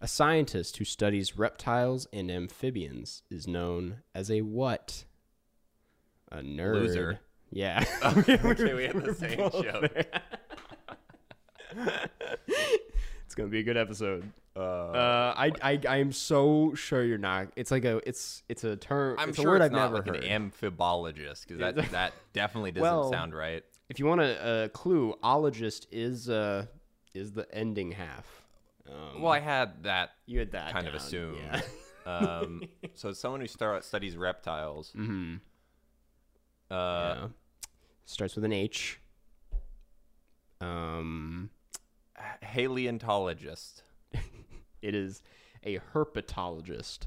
A scientist who studies reptiles and amphibians is known as a what? A nerd. Loser. Yeah. Okay, we had the same both joke. there. it's gonna be a good episode. Uh, I, I I am so sure you're not. It's like a it's it's a term. I'm it's sure a word it's I've not never like heard. an amphibologist because that that definitely doesn't Well- sound right. if you want a, a clue, ologist is uh is the ending half. Um, Well, I had that you had that kind of down, assumed. yeah. um, so someone who star- studies reptiles. Mhm. Uh, Yeah. Starts with an H. Um, Paleontologist. it is a herpetologist.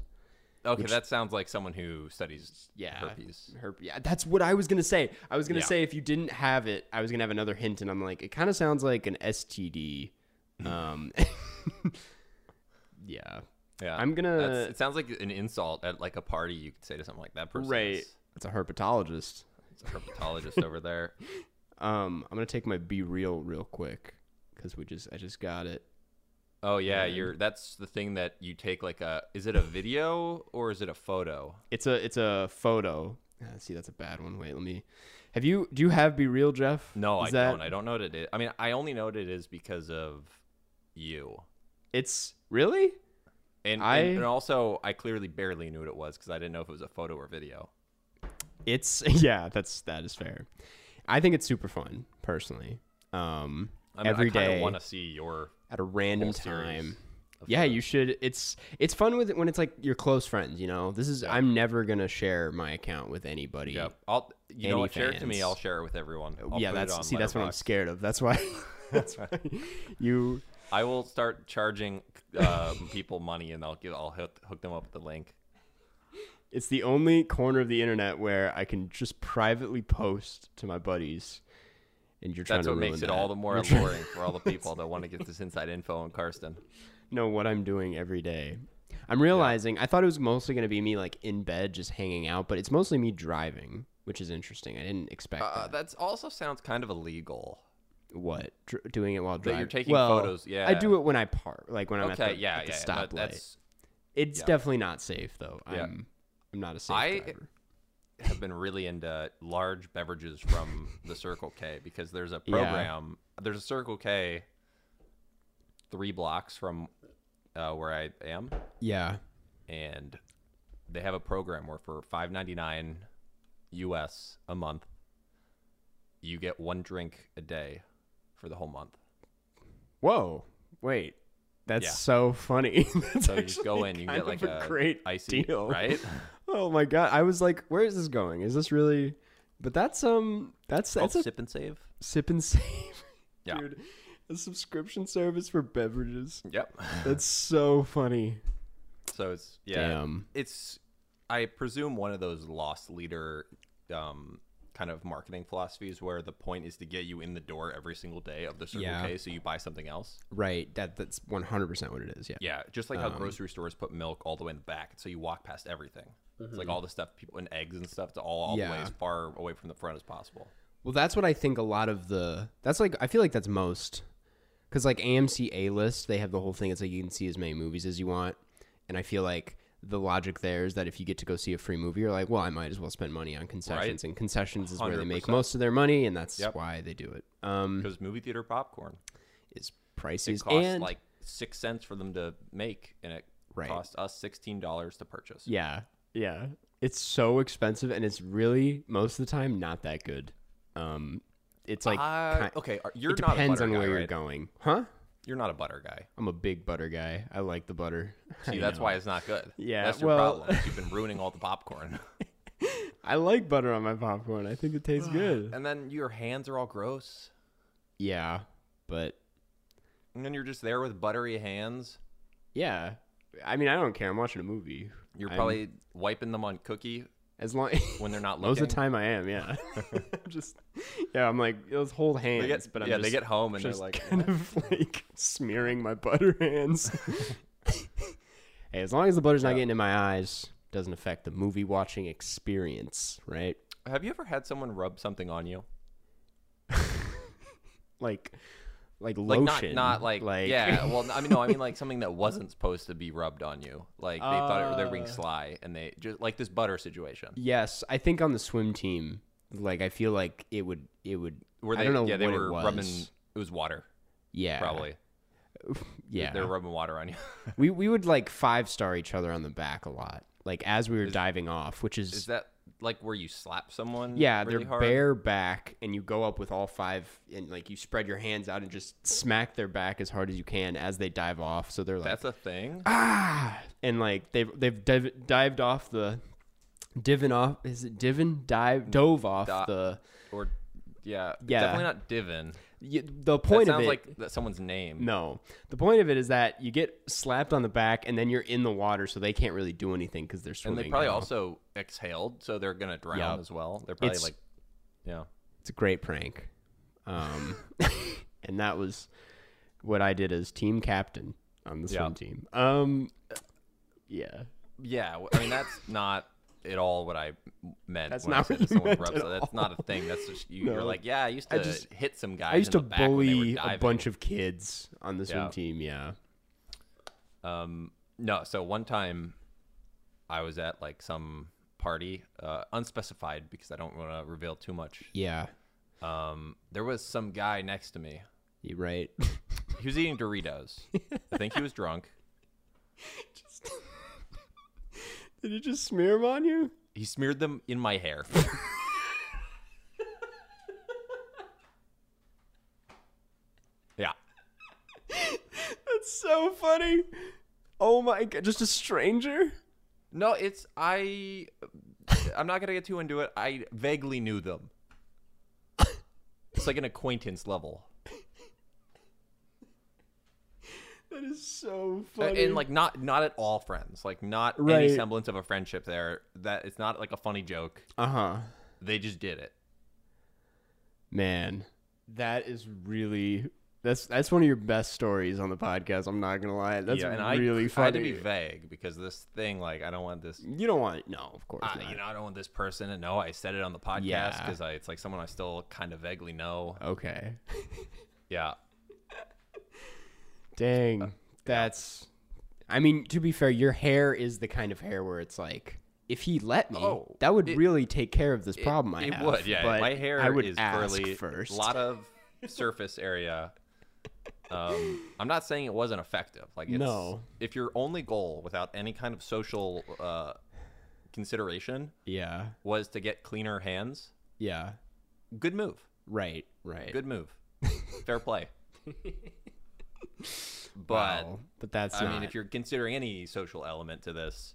Okay, that sounds like someone who studies Yeah, herpes. herp- yeah, that's what I was gonna say. I was gonna Yeah. say if you didn't have it, I was gonna have another hint, and I'm like, it kind of sounds like an STD. Hmm. Um, yeah, Yeah, I'm gonna- Uh, That's, it sounds like an insult at like a party. You could say to something like that person. right. is- It's a herpetologist. is a herpetologist over there. Um, I'm gonna take my be real real quick because we just I just got it. Oh yeah, you're. That's the thing that you take like a. Is it a video or is it a photo? It's a it's a photo. Ah, see, that's a bad one. Wait, let me. Have you do you have be real, Jeff? No, Is I that- don't. I don't know what it is. I mean, I only know what it is because of you. It's really. And, I- and and also, I clearly barely knew what it was because I didn't know if it was a photo or video. It's yeah, that's that is fair. I think it's super fun personally. Um, I mean, every I kind day of want to see your at a random whole series time. of Yeah, photos. you should. It's it's fun with it when it's like your close friends. You know, this is I'm never gonna share my account with anybody. Yeah, I'll. You know Any what? Share it to me. fans. I'll share it with everyone. I'll yeah, put it that's on see, that's what I'm Letterboxd. scared of. That's why. that's why you. I will start charging um, people money, and I'll give. I'll hook, hook them up with the link. It's the only corner of the internet where I can just privately post to my buddies, and you're trying That's to what ruin makes it that. all the more You're trying- alluring for all the people that want to get this inside info on Karsten. know what I'm doing every day. I'm realizing I thought it was mostly going to be me like in bed just hanging out, but it's mostly me driving, which is interesting. I didn't expect Uh, that. that also sounds kind of illegal. what Dr- doing it while you're driving. taking Well, photos, I yeah. do it when I park, like when I'm okay, at the, yeah, at the yeah, yeah, stoplight. that- that's it's yeah. definitely not safe though. Yeah. I'm I'm not a safe I- driver. have been really into large beverages from the Circle K because there's a Yeah. program. There's a Circle K three blocks from uh, where I am, Yeah. and they have a program where for five ninety nine U.S. a month, you get one drink a day for the whole month. Whoa. Wait. That's Yeah. so funny. That's So you just go actually in, you kind get like of a, great icy deal, right? Oh my god. I was like, where is this going? Is this really? But that's um, that's Called that's a sip and save. sip and save. Yeah. Dude, a subscription service for beverages. Yep. That's so funny. So it's yeah, Damn. it's I presume one of those lost leader um, kind of marketing philosophies where the point is to get you in the door every single day of the Circle Yeah. K, so you buy something else. Um, Right. That that's 100% what it is. Yeah. Yeah, just like how grocery stores put milk all the way in the back, so you walk past everything. It's like all the stuff, people and eggs and stuff, to all, all the way Yeah. as far away from the front as possible. Well, that's what I think a lot of the That's like I feel like that's most cuz like AMC A-list, they have the whole thing it's like you can see as many movies as you want. And I feel like the logic there is that if you get to go see a free movie, you're like, well, I might as well spend money on concessions, and concessions is where they make 100%. most of their money, and that's Yep. why they do it. Um, Because movie theater popcorn is prices costs and like six cents for them to make, and it Right. cost us sixteen dollars to purchase. Yeah. Yeah. It's so expensive and it's really most of the time not that good. Um it's like Uh, ki- okay, are, you're it not a depends butter on guy, where you're right? going. Huh? You're not a butter guy. I'm a big butter guy. I like the butter. See, I that's know. why it's not good. Yeah, that's your well- problem. You've been ruining all the popcorn, I like butter on my popcorn. I think it tastes good. and then your hands are all gross, Yeah. But and then you're just there with buttery hands. yeah. I mean, I don't care. I'm watching a movie. You're I'm- probably wiping them on cookie As long when they're not looking. most of the time I am, yeah. just yeah, I'm like let's hold hands, they get, but I'm yeah, just, they get home and they're just like, kind of like smearing my butter hands. hey, as long as the butter's not Yeah. getting in my eyes, doesn't affect the movie watching experience, right? "Have you ever had someone rub something on you? Like like Like lotion, not not like, yeah. Well, I mean no, I mean like something that wasn't supposed to be rubbed on you. Like they thought it, they were being Uh. sly and they just like this butter situation. Yes, I think on the swim team, like I feel like it would it would. Were they? I don't know yeah, they what were it was. rubbing. It was water, yeah, probably. Yeah, they're rubbing water on you. we we would like five star each other on the back a lot, like as we were diving off, which is, Is that like where you slap someone? yeah, really they're hard? bare back, and you go up with all five, and like you spread your hands out and just smack their back as hard as you can as they dive off. So they're like That's a thing. ah, and like they've they've div- dived off the. Divin off is it Divin dive dove off Di- the Or yeah, it's Yeah. definitely not Divin. y- the That point sounds of it like that someone's name. No. The point of it is that you get slapped on the back and then you're in the water, so they can't really do anything because they're and swimming. they probably now. also exhaled, so they're gonna drown Yup. as well. They're probably It's- like, yeah, It's a great prank. Um, and that was what I did as team captain on the swim Yeah. team. Um, yeah. yeah. w- I mean, that's not at all what I m- meant. That's when I not what said that you someone meant rubs. at it. That's all. not a thing. That's just you, No. you're like, yeah, I used I to just- hit some guys. I used in to the back when they were bully a diving. bunch of kids on the swim Yeah. team. Yeah. Um, no, so one time I was at like some party, uh, unspecified because I don't want to reveal too much. Yeah. Um, there was some guy next to me. You're right. He was eating Doritos. I think he was drunk. Did you just smear him on you? He smeared them in my hair. yeah. That's so funny. Oh my god, just a stranger? No, it's I. I'm not gonna get too into it. I vaguely knew them. It's like an acquaintance level, That is so Uh, and, and like not not at all friends. Like not Right. any semblance of a friendship there. That it's not like a funny joke. uh-huh. They just did it. Man, that is really that's that's one of your best stories on the podcast. I'm not gonna lie, that's yeah, and really I, I had to funny. be vague because this thing, like, I don't want this you don't want no, of course I, not. you know, I don't want this person to know I said it on the podcast Yeah. because it's like someone I still kind of vaguely know. Okay, Yeah. Uh, dang, that's. I mean, to be fair, your hair is the kind of hair where it's like, if he let me, Oh, that would it- really take care of this problem I it have. would, yeah. but My hair I would is ask curly, first. lot of surface area. Um, I'm not saying it wasn't effective. Like, it's, No. if your only goal without any kind of social uh, consideration yeah, was to get cleaner hands, yeah, good move. right, right. Good move. Fair play. But Wow, but that's I not. mean, if you're considering any social element to this,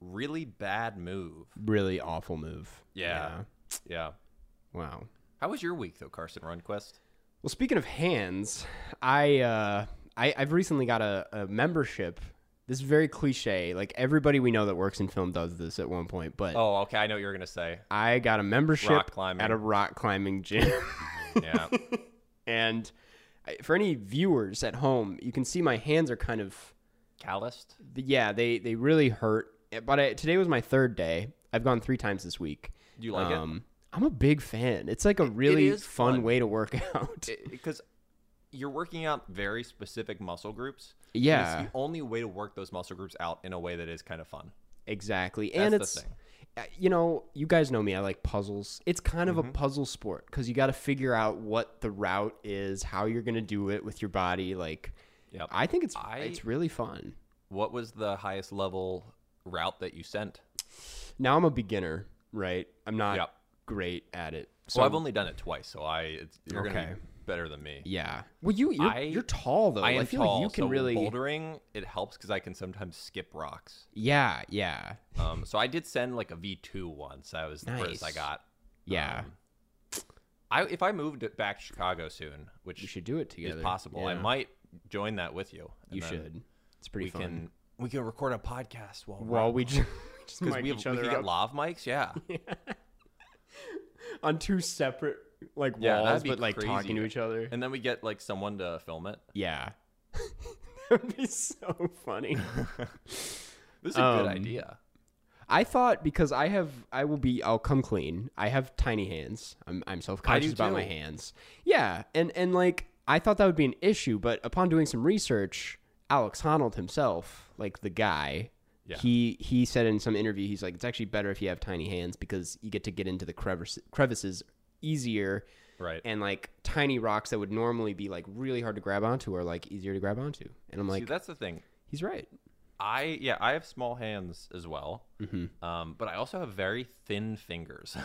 really bad move. mm-hmm, really awful move. Yeah. Yeah. yeah. Wow. How was your week though, Carson Runquist? Well, speaking of hands, I uh, I I've recently got a, a membership. This is very cliche. Like everybody we know that works in film does this at one point, but Oh, okay. I know what you're gonna say. I got a membership Rock climbing. at a rock climbing gym. Yeah. and I- for any viewers at home, you can see my hands are kind of Calloused. yeah, they they really hurt. Eh, But I, today was my third day. I've gone 3 times this week. Um, Do you like it? I'm a big fan. It's like a really is fun, fun. way to work out. it. Because you're working out very specific muscle groups. and yeah. It's the only way to work those muscle groups out in a way that is kind of fun. Exactly. and the it's thing. uh, you know, you guys know me, I like puzzles. It's kind of Mm-hmm. a puzzle sport cuz you got to figure out what the route is, how you're going to do it with your body like Yep. I think it's I- it's really fun. What was the highest level route that you sent? Now I'm a beginner, right? I'm not Yep. great at it. So So I've only done it twice, so I it's, you're gonna Okay. be better than me. yeah. Well, you you're, I- you're tall though. I am feel tall, like you can so really bouldering. It helps because I can sometimes skip rocks. Yeah, yeah. Um, so I did send like a V two once. That was the first I Nice. got. Yeah. Um, I if I moved it back to Chicago soon, which we should do it is together. possible, I Yeah, might join that with you. and You then should. It's pretty We fun. can we can record a podcast while we're While out. we ju- Just Because mic we, have- each we other could get up. lav mics, yeah. on two separate like Yeah, that'd walls, be but like crazy. talking to each other. and then we get like someone to film it. Yeah, that would be so funny. This is a Um, good idea. I thought because I have, I will be, I'll come clean. I have tiny hands. I'm, I'm self conscious about my too. hands. Yeah, and and like I thought that would be an issue, but upon doing some research, Alex Honnold himself, like the guy, Yeah. he he said in some interview, he's like, it's actually better if you have tiny hands because you get to get into the crevice, crevices easier, Right. and like tiny rocks that would normally be like really hard to grab onto are like easier to grab onto. And I'm See, like, that's the thing. he's right. I yeah, I have small hands as well, Mm-hmm. um, but I also have very thin fingers.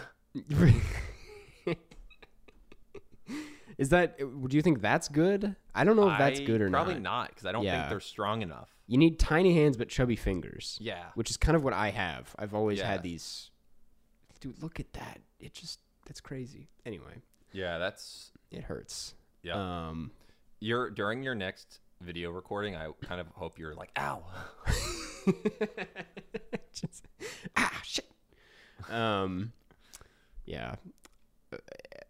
Is that? Do you think that's good? I don't know if Oh, that's I- good or probably not. not because I don't Yeah. think they're strong enough. You need tiny hands but chubby fingers. Yeah. Which is kind of what I have. I've always Yeah. had these. Dude, look at that. It just that's crazy. Anyway, Yeah, that's it hurts. yeah. Um, you're during your next video recording. I kind of hope you're like, ow. just, ah shit. Um, yeah. Uh,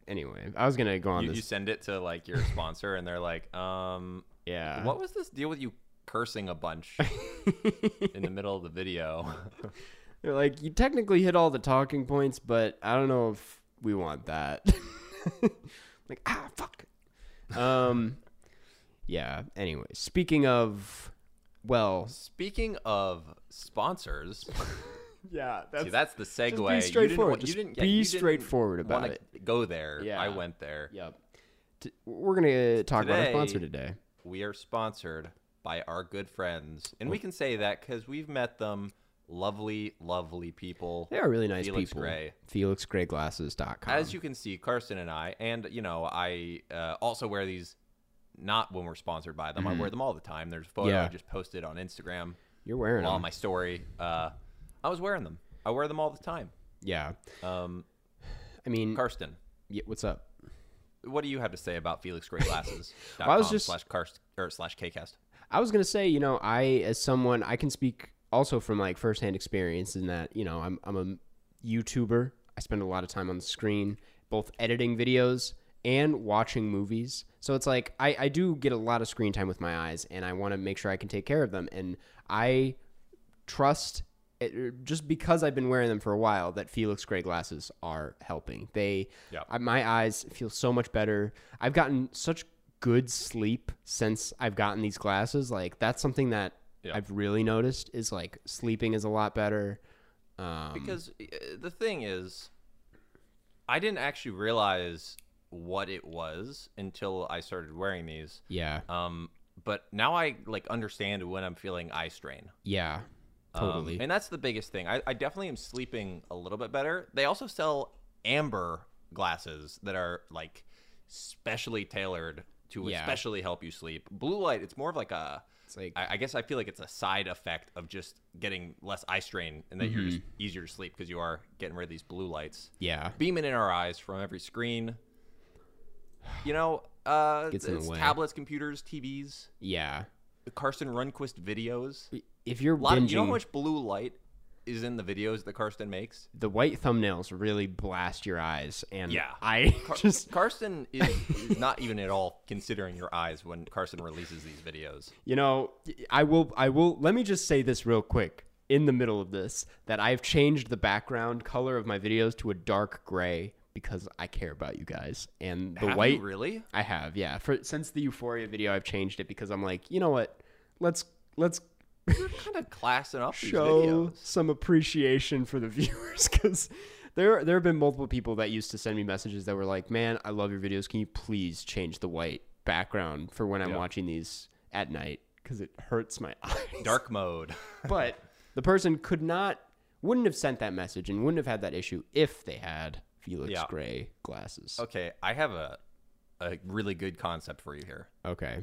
Anyway, I was gonna go on You, this. you send it to like your sponsor, and they're like, um, yeah. what was this deal with you cursing a bunch in the middle of the video? They're like, you technically hit all the talking points, but I don't know if we want that. like, ah, fuck. Um, yeah. Anyway, speaking of, well, Speaking of sponsors, yeah, see, that's the segue. be You didn't straightforward. want- You Just didn't, be you didn't straightforward about wanna Go there. Yeah. I went there. Yep. T- we're gonna talk about our Today- sponsor today. We are sponsored by our good friends, and we can say that because we've met them. Lovely, lovely people. They are really nice Felix people. Gray. FelixGrayGlasses.com. As you can see, Carson and I, and you know, I uh, also wear these not when we're sponsored by them. I wear them all the time. There's a photo Mm-hmm. Yeah. I just posted on Instagram You're wearing on them. my story. Uh, I was wearing them. I wear them all the time. yeah. Um, I mean, Karsten, yeah, what's up? what do you have to say about Felix Gray Glasses? Well, I was just- slash Karst or slash KCast. I was gonna say, you know, I as someone I can speak also from like firsthand experience in that, you know, I'm I'm a YouTuber. I spend a lot of time on the screen, both editing videos and watching movies. So it's like I, I do get a lot of screen time with my eyes and I wanna make sure I can take care of them. And I trust it, er, just because I've been wearing them for a while that Felix Gray glasses are helping. They, Yeah. I- my eyes feel so much better. I've gotten such good sleep since I've gotten these glasses. Like that's something that Yeah. I've really noticed is like sleeping is a lot better. Um, Because uh, the thing is, I didn't actually realize what it was until I started wearing these. yeah, Um, but now I like understand when I'm feeling eye strain. yeah, Um, totally. and that's the biggest thing. I, I definitely am sleeping a little bit better. They also sell amber glasses that are like specially tailored to Yeah. especially help you sleep. Blue light, it's more of like a. it's like I, I guess I feel like it's a side effect of just getting less eye strain and that you're just Mm-hmm. easier to sleep because you are getting rid of these blue lights yeah, beaming in our eyes from every screen. You know, uh, Gets in the it's way. tablets, computers, TVs, yeah. the Carson Runquist videos. If you're A lot binging, of, you know how much blue light is in the videos that Karsten makes? the white thumbnails really blast your eyes, and Yeah. I just Karsten is, is not even at all considering your eyes when Karsten releases these videos. You know, I will I will let me just say this real quick in the middle of this that I've changed the background color of my videos to a dark gray because I care about you guys and the Have you white really? I have, yeah. For since the Euphoria video I've changed it because I'm like, you know what? Let's let's You're kind of classing up these show videos. some appreciation for the viewers because there there have been multiple people that used to send me messages that were like, "Man, I love your videos. Can you please change the white background for when I'm watching these at night because it hurts my eyes." Dark mode. but the person could not wouldn't have sent that message and wouldn't have had that issue if they had Felix Yeah. Gray glasses. Okay, I have a a really good concept for you here. Okay.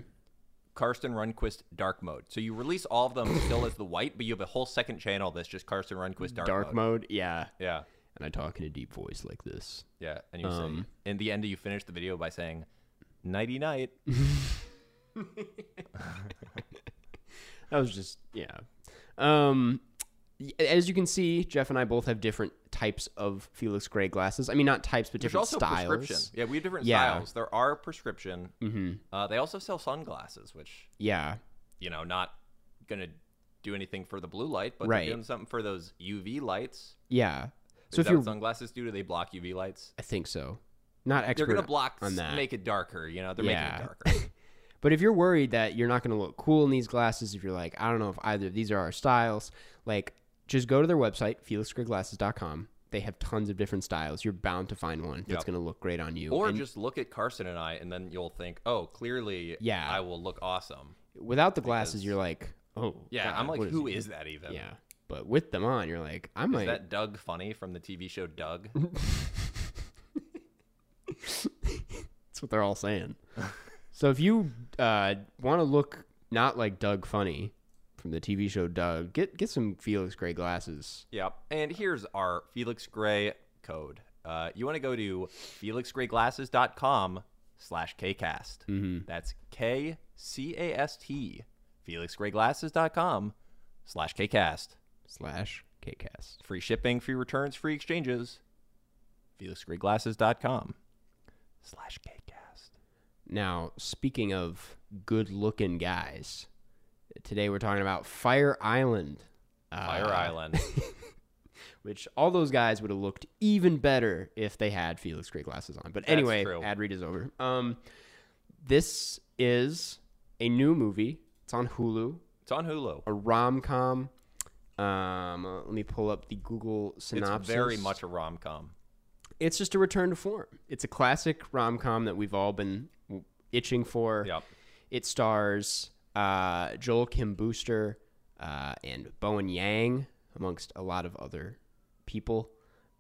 Karsten Runquist dark mode. So you release all of them still as the white, but you have a whole second channel that's just Karsten Runquist dark, Dark mode. mode, yeah. Yeah, And I talk in a deep voice like this. yeah. And you Um, say in the end, you finish the video by saying nighty night. That was just yeah. Um as you can see, Jeff and I both have different types of Felix Gray glasses. I mean, not types, but There's different also styles. prescription. Yeah, we have different Yeah. Mm-hmm. styles. There are prescription. Uh, they also sell sunglasses, which Yeah, you know, not gonna do anything for the blue light, but Right. they're doing something for those UV lights. yeah. Is So if that you're, what sunglasses do? Do they block UV lights? I think so. Not expert They're gonna block, on that. make it darker. You know, they're Yeah. making it darker. But if you're worried that you're not going to look cool in these glasses, if you're like, I don't know if either of these are our styles, like just go to their website, felixgrayglasses.com. They have tons of different styles. You're bound to find one that's Yep. going to look great on you. or And just look at Carson and I, and then you'll think, oh, clearly, Yeah. I will look awesome. without the glasses, because- you're like, oh, Yeah, God, I'm like, what who he is doing?" that even? Yeah. But with them on, you're like, I might. Is that Doug Funny from the TV show Doug? That's what they're all saying. so if you uh, want to look not like Doug Funny from the TV show Doug, get get some Felix Gray glasses. yep. And here's our Felix Gray code. Uh, you want to go to felixgrayglasses.com slash kcast. Mm-hmm. That's K C A S T. Felixgrayglasses.com slash kcast. slash KCast. Free shipping, free returns, free exchanges. Felixgrayglasses.com slash kcast. Now, speaking of good looking guys, today we're talking about Fire Island. Uh, Fire Island. Which all those guys would have looked even better if they had Felix Gray glasses on. But anyway, true. ad read is over. Um, this is a new movie. It's on Hulu, It's on Hulu. a rom com. Um, uh, let me pull up the Google synopsis. It's very much a rom com. It's just a return to form. It's a classic rom com that we've all been w- itching for. Yep. It stars uh, Joel Kim Booster uh, and Bowen Yang, amongst a lot of other people.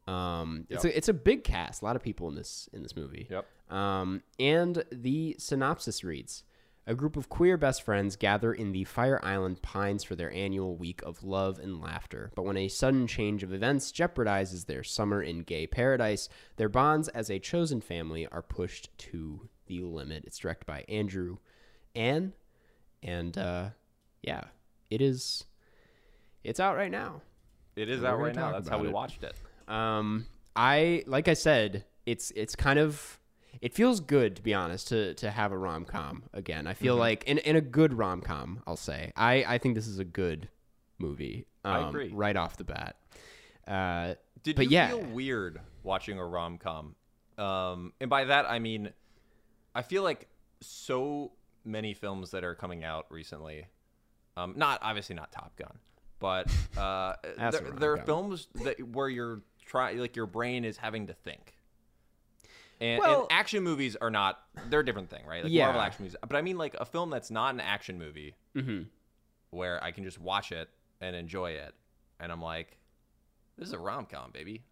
Um, It's a it's a big cast, a lot of people in this in this movie. Yep. Um, and the synopsis reads: A group of queer best friends gather in the Fire Island Pines for their annual week of love and laughter. But when a sudden change of events jeopardizes their summer in gay paradise, their bonds as a chosen family are pushed to the limit. It's directed by Andrew Ann, and uh, yeah, it is. It's out right now. It is We're out gonna right now. talk That's how about we it. watched it. Um, I like I said, it's it's kind of it feels good to be honest to to have a rom com again. I feel Mm-hmm. like in in a good rom com, I'll say I I think this is a good movie. I um, agree. right off the bat. Uh, Did But you yeah. feel weird watching a rom com? Um, and by that I mean, I feel like so many films that are coming out recently. Um, not obviously not Top Gun, but uh, That's there, a there are rom-com. films that where you're try like your brain is having to think. And, and Well- action movies are not they're a different thing, right? Like Marvel Yeah. action movies. But I mean like a film that's not an action movie where I can just watch it and enjoy it. And I'm like, this is a rom com, baby.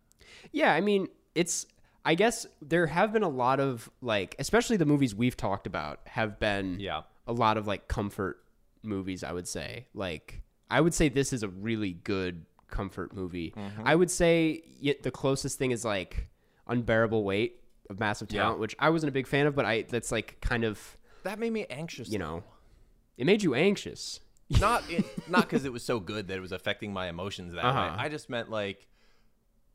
Yeah, I mean, it's I guess there have been a lot of like especially the movies we've talked about have been Yeah. a lot of like comfort movies, I would say. Like I would say this is a really good comfort movie. Mm-hmm. I would say y the closest thing is like Unbearable Weight of Massive Yeah. Talent, which I wasn't a big fan of, but I that's like kind of, That made me anxious. you know, it made you anxious. not it, not because it was so good that it was affecting my emotions that Uh-huh. way. I just meant like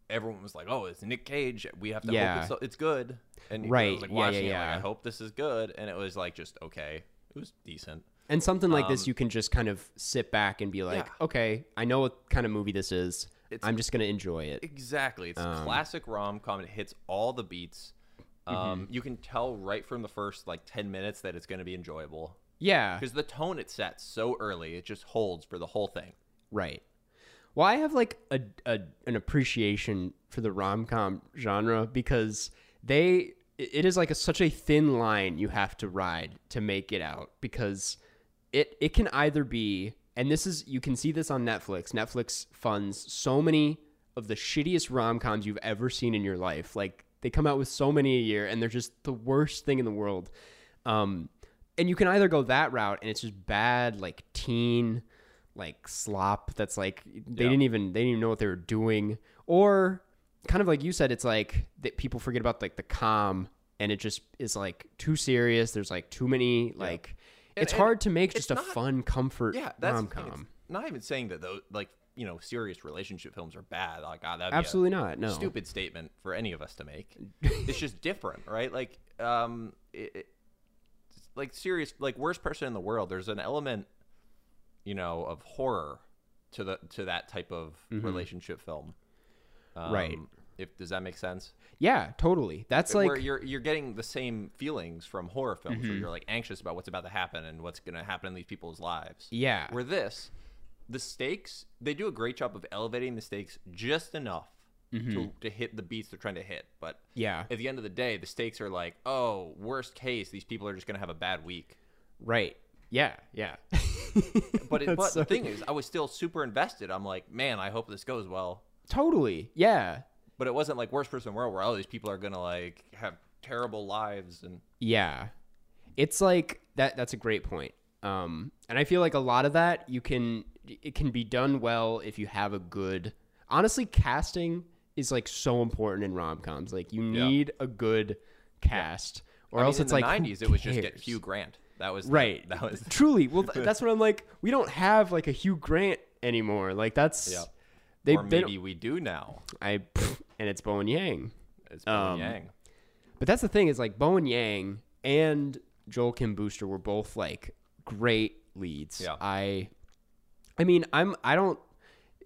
everyone was like, "Oh, it's Nick Cage. We have to Yeah. hope it's, so- it's good." And I was, Right. like Yeah, yeah, watching it, like, yeah. I hope this is good, and it was like just okay. It was decent. And something like this you can just kind of sit back and be like, Um, Yeah. okay, I know what kind of movie this is. It's- I'm just going to enjoy it. Exactly. It's Um. classic rom com. It hits all the beats. Um, Mm-hmm. You can tell right from the first like ten minutes that it's going to be enjoyable yeah. because the tone it sets so early, it just holds for the whole thing. Right. Well, I have like a, a an appreciation for the rom com genre because they it is like a, such a thin line you have to ride to make it out because it it can either be and this is you can see this on Netflix. Netflix funds so many of the shittiest rom coms you've ever seen in your life. Like they come out with so many a year and they're just the worst thing in the world. Um, and you can either go that route and it's just bad like teen like slop that's like they Yeah. didn't even they didn't even know what they were doing or kind of like you said it's like that people forget about like the calm and it just is like too serious there's like too many like And- it's and hard to make just a not- fun comfort Yeah, that's rom the thing. It's com Not even saying that though, like you know serious relationship films are bad. Like ah, God, that Absolutely not. No. stupid statement for any of us to make. it's just different, right? Like, um, it, it- like serious, like worst person in the world. There's an element, you know, of horror to the to that type of relationship film, um, Mm-hmm. Right. If does that make sense? Yeah, totally. That's like Mm-hmm. Where you're you're getting the same feelings from horror films, where you're like anxious about what's about to happen and what's going to happen in these people's lives. yeah. Where this, the stakes, they do a great job of elevating the stakes just enough to, to hit the beats they're trying to hit. But Mm-hmm. Yeah. at the end of the day, the stakes are like, oh, worst case, these people are just going to have a bad week. Right. Yeah. Yeah. But, it, That's but so- the thing is, I was still super invested. I'm like, man, I hope this goes well. totally. Yeah. But it wasn't like worst person in the world where all these people are going to like have terrible lives and Yeah. It's like that that's a great point. Um and I feel like a lot of that you can it can be done well if you have a good Honestly, casting is like so important in rom-coms. Like you Yeah. need a good cast or I mean, else in it's the like who 90s it was just get cares? Hugh Grant. That was the- Right. that was Truly. Well, th- that's what I'm like we don't have like a Hugh Grant anymore. Like that's Yeah. they or they don't- maybe we do now. I and it's Bowen Yang. It's Bowen Um, Yang. But that's the thing is like Bowen Yang and Joel Kim Booster were both like great leads. Yeah. I I mean, I'm I don't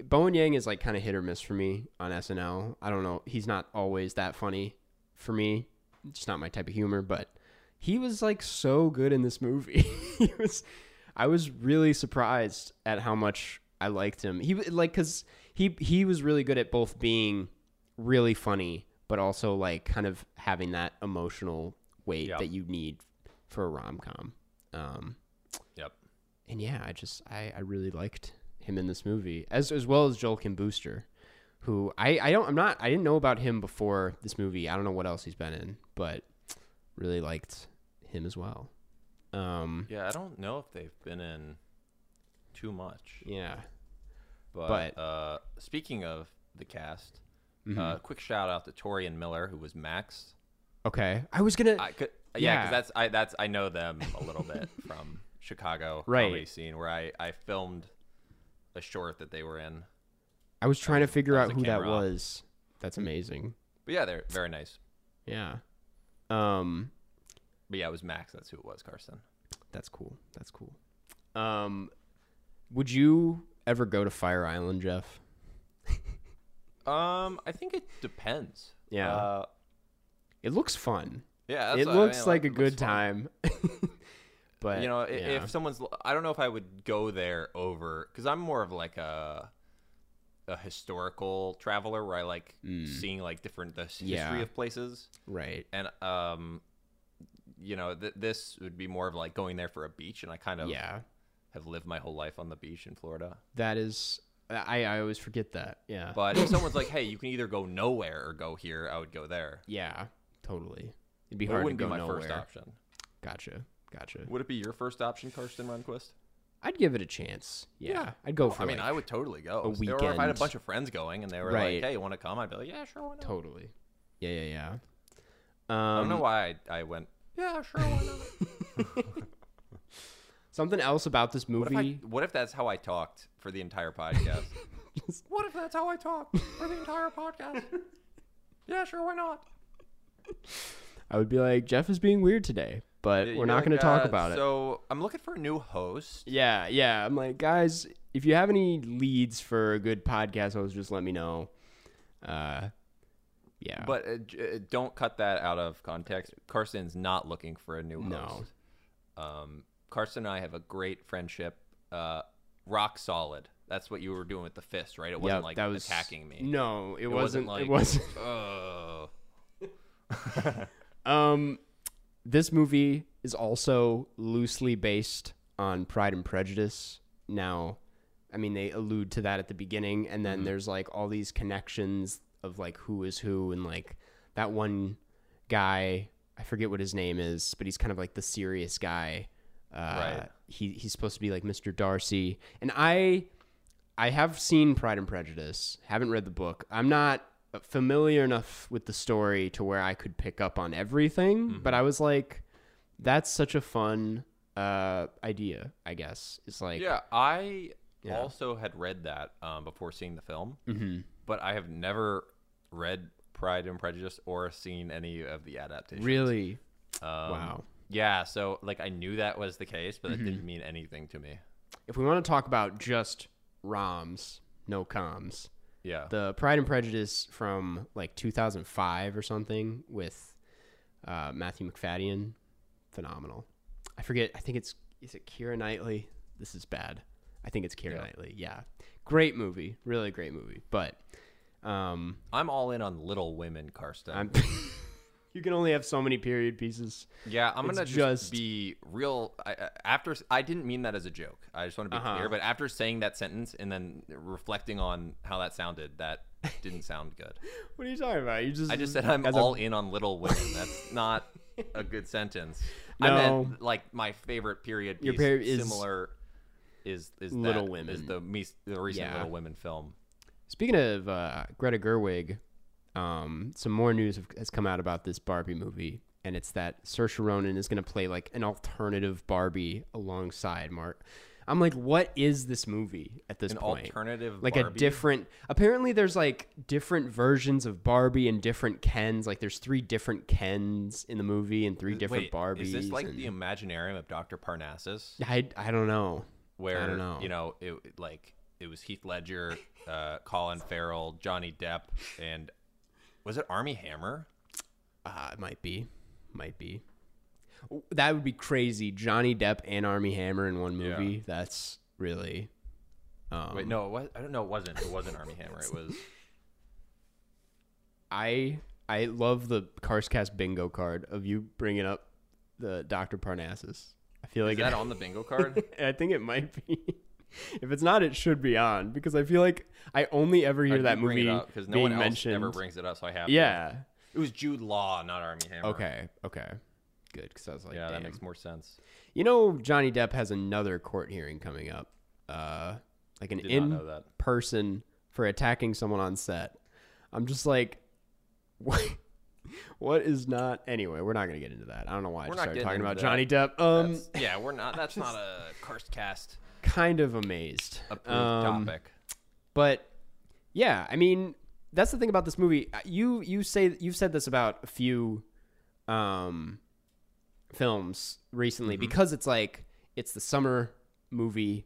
Bowen Yang is like kind of hit or miss for me on SNL. I don't know. He's not always that funny for me. It's just not my type of humor, but he was like so good in this movie. he was I was really surprised at how much I liked him. He like cuz he he was really good at both being really funny but also like kind of having that emotional weight Yeah. that you need for a rom-com. Um Yep. and yeah, I just I, I really liked him in this movie as as well as Joel Kim Booster, who I I don't I'm not I didn't know about him before this movie. I don't know what else he's been in, but really liked him as well. Um, Yeah, I don't know if they've been in too much. yeah, But- But, Mm-hmm. uh, speaking of the cast, uh, quick shout out to Torian Miller, who was Max. okay. I was gonna I could, yeah, Uh, Yeah. because that's I that's I know them a little bit from Chicago Right. comedy scene, where I I filmed a short that they were in. I was trying to figure that out was a who that camera op. was. That's amazing. But yeah, they're very nice. Yeah. Um, But yeah, it was Max. That's who it was, Carson. that's cool. That's cool. Um, would you ever go to Fire Island, Jeff? Um, I think it depends. Yeah. Uh, It looks fun. yeah. That's it what I looks mean, like a it looks good fun. time. but you know, i yeah. if someone's, l- I don't know if I would go there over because I'm more of like a a historical traveler where I like seeing like different the s- history Mm. Yeah. of places, right, and um, you know, th- this would be more of like going there for a beach, and I kind of yeah, have lived my whole life on the beach in Florida. that is. I I always forget that. Yeah, But if someone's like, hey, you can either go nowhere or go here, I would go there. yeah, totally. It'd be But it hard to wouldn't go be my nowhere. first option. Gotcha, gotcha. Would it be your first option, Karsten Runquist? I'd give it a chance. Yeah, I'd go for. I mean, like- I would totally go. Or if I had a weekend. bunch of friends going and they were Right. like, "Hey, you want to come?" I'd be like, "Yeah, sure, why not?" totally. Yeah, yeah, yeah. Um, I don't know why I, I went. Yeah, sure, why not? something else about this what, if I, movie. what if that's how I talked for the entire podcast? what if that's how I talked for the entire podcast? yeah, sure, why not? I, would be like, Jeff is being weird today, but Yeah, we're you're not like, going to talk "Uh, about it. So I'm looking for a new host. Yeah, yeah. I'm like, guys, if you have any leads for a good podcast host, just let me know. Uh, yeah. But uh, j- uh, don't cut that out of context. Carson's not looking for a new No. host. Um, Carson and I have a great friendship. Uh, rock solid. That's what you were doing with the fist, right? It wasn't Yep, like that was attacking me. No, it, wasn't. wasn't It like- wasn't. Oh. Um, this movie is also loosely based on Pride and Prejudice. Now, I mean, they allude to that at the beginning, and then there's like all these connections of like who is who, and like that one guy, I forget what his name is, but he's kind of like the serious guy. Uh, Right. He he's supposed to be like Mr. Darcy, and I. I have seen Pride and Prejudice. Haven't read the book. I'm not familiar enough with the story to where I could pick up on everything, but I was like that's such a fun uh idea, I guess. It's like Yeah, I Yeah. Mm-hmm. also had read that um, before seeing the film, but I have never read Pride and Prejudice or seen any of the adaptations. Really? Um, wow. Yeah, so like I knew that was the case, but Mm-hmm. it didn't mean anything to me. If we want to talk about just ROMs, no comms, Yeah. the Pride and Prejudice from like 2005 or something with uh, Matthew McFadden, phenomenal. I forget. I think it's is it Kira Knightley. This is bad. I think it's Kira Yeah. Knightley. Yeah, great movie, really great movie. But um, I'm all in on Little Women, Karsten. I'm you can only have so many period pieces. yeah, I'm it's gonna just, just- be real. I, I- after s- I didn't mean that as a joke. I just want to be Uh-huh. clear. But after saying that sentence and then reflecting on how that sounded, that didn't sound good. What are you talking about? You just I just said I'm as a- all in on Little Women. That's not a good sentence. I No. meant like my favorite period piece Your period is- similar is is Little that, is Women. the me- the recent Yeah. Little Women film. Speaking of uh, Greta Gerwig, um, some more news have, has come out about this Barbie movie, and it's that Saoirse Ronan is going to play like an alternative Barbie alongside Mark. I'm like, what is this movie at this An point? alternative like a Barbie? different. Apparently, there's like different versions of Barbie and different Kens. Like, there's three different Kens in the movie and three different Wait, Barbies. Is this like and- the Imaginarium of Dr. Parnassus? I I don't know. where don't know. you know it it, like it was Heath Ledger, uh, Colin Farrell, Johnny Depp, and was it Army Hammer? Uh, it might be. Might be. That would be crazy. Johnny Depp and Army Hammer in one Yeah. movie. That's really. Um, Wait, no, it was, I don't know. It wasn't. It wasn't Army Hammer. It was I I love the Carscast bingo card of you bringing up the Dr. Parnassus. I feel is like that on the bingo card? I think it might be. If it's not, it should be on because I feel like I only ever hear I that do bring it movie up because no being one else mentioned. ever brings it up, so I have. to. yeah. it was Jude Law, not Army Hammer. Okay. Okay. Good. Because I was like, yeah, damn. that makes more sense. You know, Johnny Depp has another court hearing coming up. Uh, like an Did not in know that. person for attacking someone on set. I'm just like, what? What is not? Anyway, we're not gonna get into that. I don't know why I We're just not started getting talking about into Johnny Depp. Um, That's- yeah, we're not. That's not a cursed cast kind of amazed. approved Um, topic. but yeah, I mean, that's the thing about this movie. Uh, You you say you've said this about a few um films recently Mm-hmm. because it's like it's the summer movie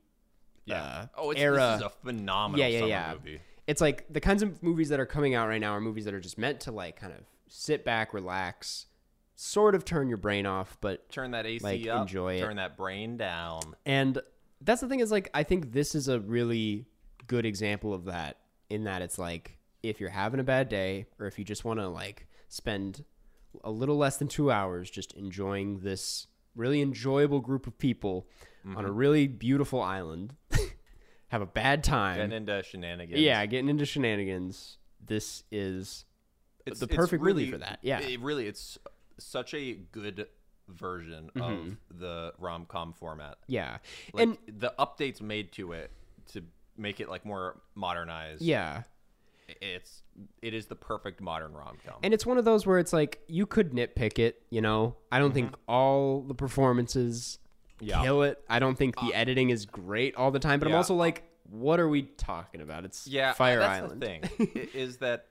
Yeah. uh, oh, it's, era. this is a phenomenal Yeah, yeah, summer yeah. movie. it's like the kinds of movies that are coming out right now are movies that are just meant to like kind of sit back, relax, sort of turn your brain off, but Turn that AC Like, up. enjoy it. Turn that brain down. And that's the thing is like I think this is a really good example of that in that it's like if you're having a bad day or if you just want to like spend a little less than 2 hours just enjoying this really enjoyable group of people on a Mm-hmm. really beautiful island have a bad time and into shenanigans. yeah getting into shenanigans this is it's the perfect movie for that, yeah. it really, it's such a good version of the rom com format. yeah Like Mm-hmm. and the updates made to it to make it like more modernized. yeah it's it is the perfect modern rom com. And it's one of those where it's like you could nitpick it, you know. I don't think all the performances Mm-hmm. Yeah. Uh, kill it. I don't think the editing is great all the time, but I'm yeah. also like, what are we talking about? It's Yeah, Fire that's Island. the thing i- is that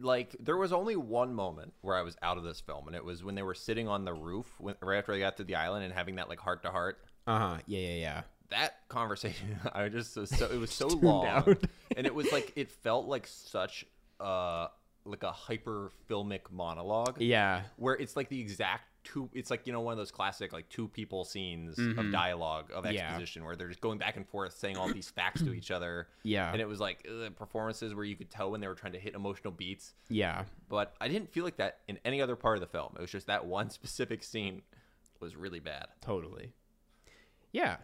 like there was only one moment where I was out of this film, and it was when they were sitting on the roof when, right after they got to the island and having that like heart to heart. Uh huh. Yeah, yeah, yeah. that conversation i just was so it was so Tuned long out. and it was like it felt like such uh like a hyper filmic monologue Yeah. where it's like the exact two it's like you know one of those classic like two people scenes of dialogue of Yeah. exposition where they're just going back and forth saying all these facts to each other Yeah. and it was like ugh, the performances where you could tell when they were trying to hit emotional beats Yeah. but i didn't feel like that in any other part of the film it was just that one specific scene was really bad Totally. Yeah.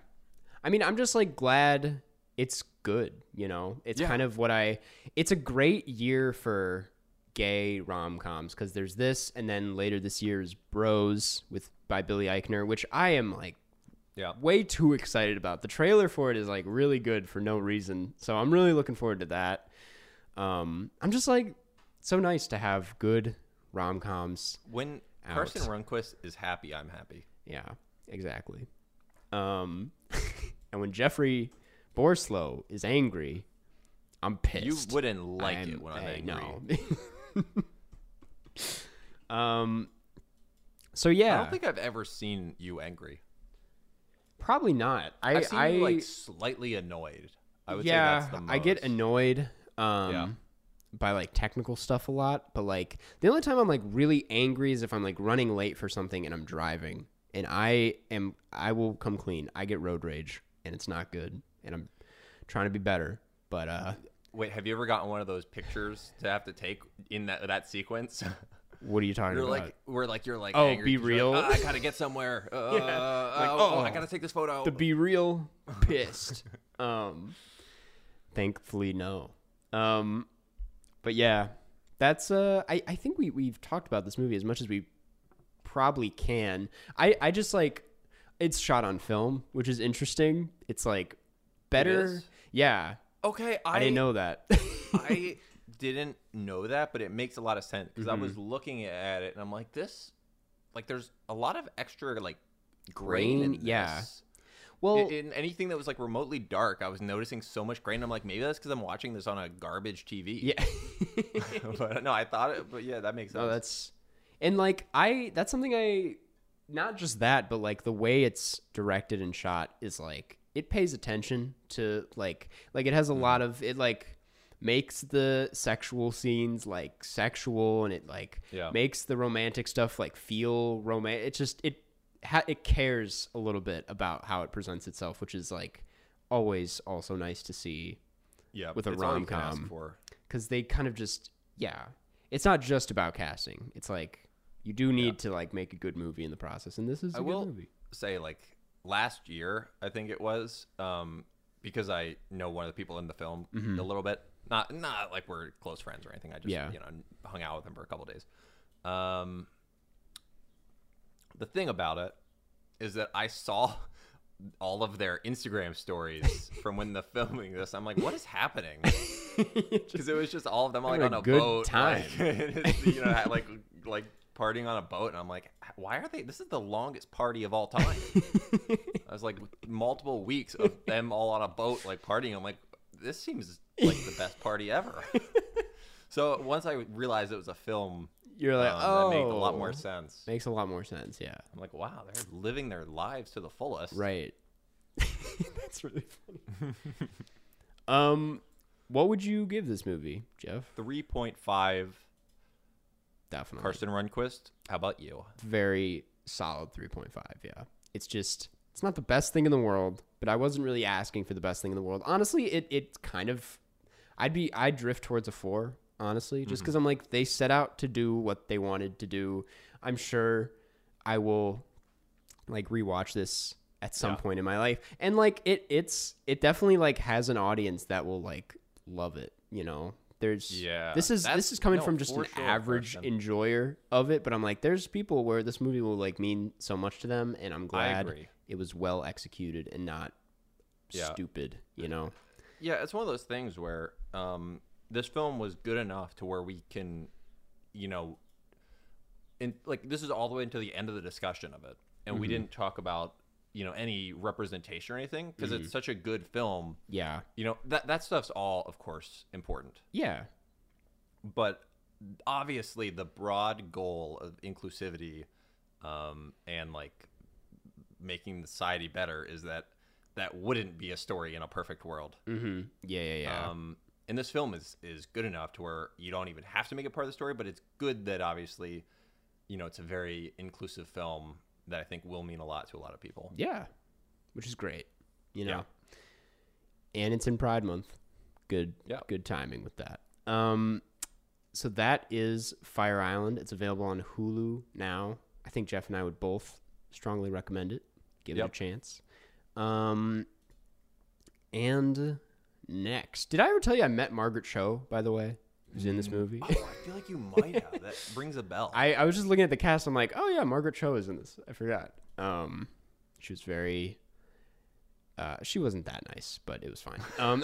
I mean, I'm just like glad it's good, you know? It's Yeah. kind of what I. It's a great year for gay rom coms because there's this, and then later this year is Bros with by Billy Eichner, which I am like yeah way too excited about. The trailer for it is like really good for no reason. So I'm really looking forward to that. Um, I'm just like, so nice to have good rom coms When out. Carson Runquist is happy, I'm happy. Yeah, exactly. Um, and when Jeffrey Borslow is angry, I'm pissed. You wouldn't like I'm- it when I'm I- angry. No. um. So I yeah, don't think I've ever seen you angry. probably not. I I've seen I you like slightly annoyed. I would yeah, say that's the most. I get annoyed um Yeah. by like technical stuff a lot, but like the only time I'm like really angry is if I'm like running late for something and I'm driving. And I am I will come clean. I get road rage and it's not good and I'm trying to be better. But uh Wait, have you ever gotten one of those pictures to have to take in that that sequence? what are you talking You're about? like, we're like, you're like, Oh, angry be 'cause you're like, real. "Ah, I gotta get somewhere. Uh, Like, oh, oh, I gotta take this photo. to be real pissed. um thankfully no. Um but yeah, that's uh I, I think we we've talked about this movie as much as we probably can. I I just like it's shot on film, which is interesting. It's like better. is? Yeah. okay, I, I, didn't know that. I didn't know that, but it makes a lot of sense because I Mm-hmm. was looking at it and I'm like, this, like, there's a lot of extra like grain. Grain? in Yeah. this. well, in, in anything that was like remotely dark, I was noticing so much grain. I'm like, maybe that's because I'm watching this on a garbage TV. yeah. but uh, no, I thought it. But yeah, that makes sense. No, Oh, that's and like I that's something I not just that, but like the way it's directed and shot is like it pays attention to like like it has a Mm-hmm. lot of it like makes the sexual scenes like sexual and it like Yeah. makes the romantic stuff like feel romantic. It just it ha- it cares a little bit about how it presents itself, which is like always also nice to see yeah, with a it's all you can ask rom-com. for. because they kind of just yeah it's not just about casting it's like you do need to like make a good movie in the process and this is a I good will movie say like last year, I think it was, um, because I know one of the people in the film a little bit. Not not like we're close friends or anything. I just Yeah. you know hung out with him for a couple days. Um, the thing about it is that I saw all of their Instagram stories from when the filming this. I'm like, what is happening? Because it was just all of them like Having on a a good boat, time. like, you know, had, like like partying on a boat, and I'm like, why are they? This is the longest party of all time. I was like, multiple weeks of them all on a boat, like partying. I'm like, this seems like the best party ever. so once I realized it was a film, you're like um, oh that made a lot more sense. makes a lot more sense yeah I'm like, wow, they're living their lives to the fullest. right that's really funny um what would you give this movie jeff 3.5 definitely Carson Runquist. How about you? very solid 3.5 yeah it's just it's not the best thing in the world but i wasn't really asking for the best thing in the world honestly it it kind of i'd be i drift towards a 4 honestly just Mm-hmm. because i'm like they set out to do what they wanted to do i'm sure i will like rewatch this at some point in my life and like it it's it definitely like has an audience that will like love it you know there's Yeah, this is that's- this is coming no, from just for an sure, average Preston. enjoyer of it, but I'm like, there's people where this movie will like mean so much to them, and I'm glad agree. it was well executed and not Yeah. stupid. You know, Yeah, it's one of those things where um, this film was good enough to where we can, you know, and like this is all the way until the end of the discussion of it, and we didn't talk about you know any representation or anything because it's such a good film. yeah, You know that that stuff's all, of course, important, yeah, but obviously the broad goal of inclusivity um, and like making the society better is that that wouldn't be a story in a perfect world. mm-hmm. yeah, yeah, yeah, Um, and this film is is good enough to where you don't even have to make it part of the story, but it's good that obviously, you know, it's a very inclusive film that I think will mean a lot to a lot of people. yeah, which is great. You know, Yeah. and it's in Pride Month. Good, Yeah. good timing with that. Um, so that is Fire Island. It's available on Hulu now. I think Jeff and I would both strongly recommend it. Give it Yep. a chance. Um, and next, did I ever tell you I met Margaret Cho? By the way, who's in this movie? Oh, I feel like you might have. That rings a bell. I, I was just looking at the cast. I'm like, oh yeah, Margaret Cho is in this. I forgot. Um, she was very. Uh, she wasn't that nice, but it was fine. Um,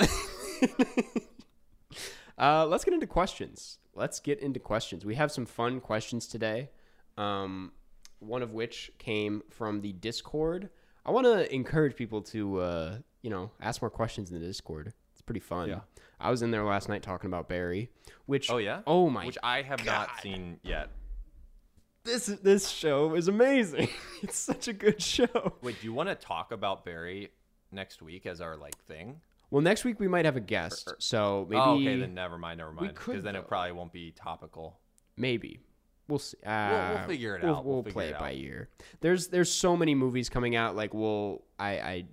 uh, let's get into questions. Let's get into questions. We have some fun questions today. Um, one of which came from the Discord. I want to encourage people to, uh, you know, ask more questions in the Discord. It's pretty fun. Yeah. I was in there last night talking about Barry, which Oh yeah. oh my, Which I have God. not seen yet. this this show is amazing. it's such a good show. Wait, do you want to talk about Barry next week as our like thing? Well, next week we might have a guest, so maybe Oh, okay, then never mind, never mind. could, Because then though. it probably won't be topical. maybe we'll see. we'll Uh, figure it we'll, out. We'll, We'll figure play it it, out. by ear. There's there's so many movies coming out. Like we'll I I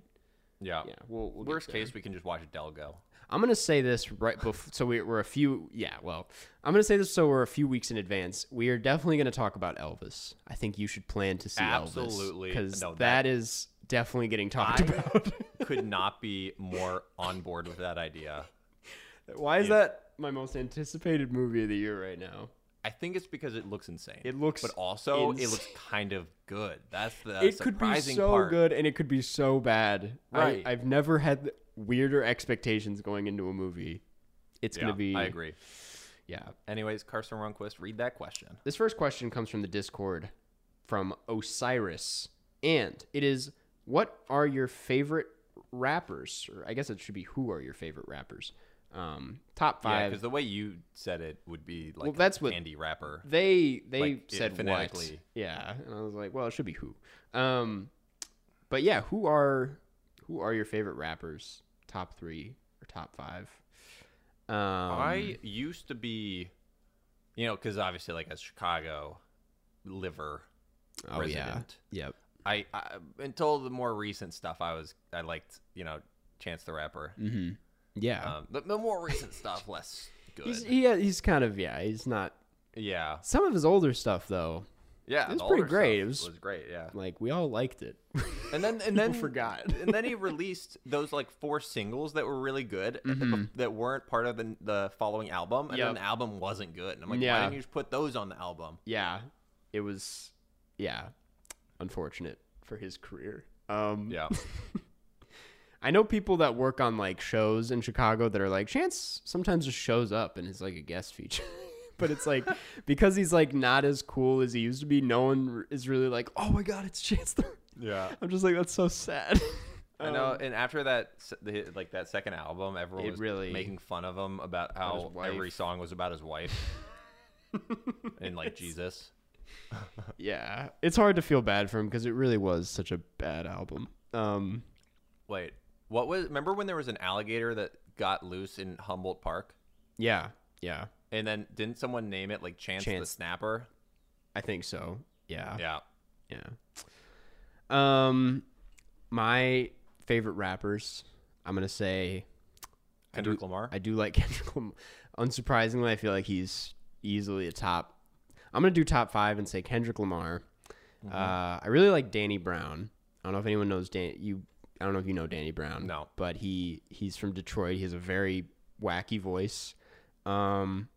Yeah. yeah we'll, we'll get Worst there. case, we can just watch Delgo. I'm gonna say this right before, so we, we're a few. Yeah, well, I'm gonna say this so we're a few weeks in advance. We are definitely gonna talk about Elvis. I think you should plan to see Absolutely. because No, that that- is definitely getting talked I- about. Could not be more on board with that idea. Why is that my most anticipated movie of the year right now? I think it's because it looks insane. It looks but also it looks insane. kind of good. That's the it could be surprising so part. good and it could be so bad. Right. I, I've never had weirder expectations going into a movie. It's Yeah, gonna be. I agree. Yeah. Anyways, Carson Runquist, read that question. This first question comes from the Discord from Osiris. And it is What are your favorite rappers? Or I guess it should be Who are your favorite rappers? Um, top Yeah, five. because the way you said it would be like Well, that's what- Andy Rapper. they they like, it said what? phonetically. Yeah. And I was like, Well, it should be Who. Um, but yeah, who are who are your favorite rappers? Top three or top five? Um, I used to be, you know, because obviously, like as Chicago liver oh yeah resident, yep I, I until the more recent stuff, I was I liked you know Chance the Rapper. mm-hmm. yeah Um, the, the more recent stuff, less good. he's e- he, uh, he's kind of yeah he's not yeah, Some of his older stuff, though, yeah, was the pretty older great. stuff It was- great. Yeah, like we all liked it. and then and People then forgot. and then he released those like four singles that were really good that weren't part of the, the following album, and Mm-hmm. Yep. then the album wasn't good. And I'm like, Yeah. why didn't you just put those on the album? yeah, it was, yeah, unfortunate for his career. Um, Yeah, I know people that work on like shows in Chicago that are like Chance sometimes just shows up and is like a guest feature. But it's like because he's like not as cool as he used to be. No one is really like, oh my god, it's Chance. the-" yeah. I'm just like that's so sad. I know, and after that, s- the- like that second album, everyone Um, It was really- making fun of him about his how wife. every song was about his wife and like Jesus. Yeah, it's hard to feel bad for him because it really was such a bad album. Um, Wait, what was? Remember when there was an alligator that got loose in Humboldt Park, yeah, yeah, and then didn't someone name it like Chance, the Chance. Uh, Snapper? I think so. Yeah, Yeah, Yeah. Um, my favorite rappers, I'm gonna say Kendrick Lamar. I do like Kendrick. Lam- Unsurprisingly, I feel like he's easily a top. I'm gonna do top five and say Kendrick Lamar. Uh, I really like Danny Brown. I don't know if anyone knows Dan. You, I don't know if you know Danny Brown. No. but he he's from Detroit. He has a very wacky voice. Um,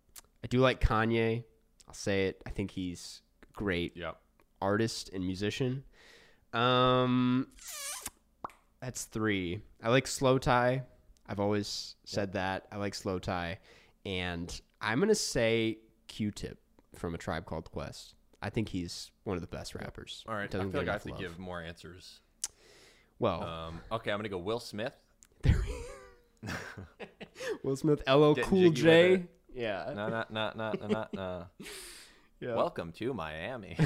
I do like Kanye. I'll say it. I think he's great yeah, artist and musician. Um, that's three. I like slow tie. I've always said that. I like slow tie, and I'm gonna say Q-Tip from a tribe called Quest. I think he's one of the best rappers. All right, Doesn't I feel get like I enough have love. to give more answers. Well, Um, okay, I'm gonna go Will Smith. Will Smith, LL Getting Cool jiggy with J. it. Yeah. No, no, no, no, no, no, no. yeah. Welcome to Miami.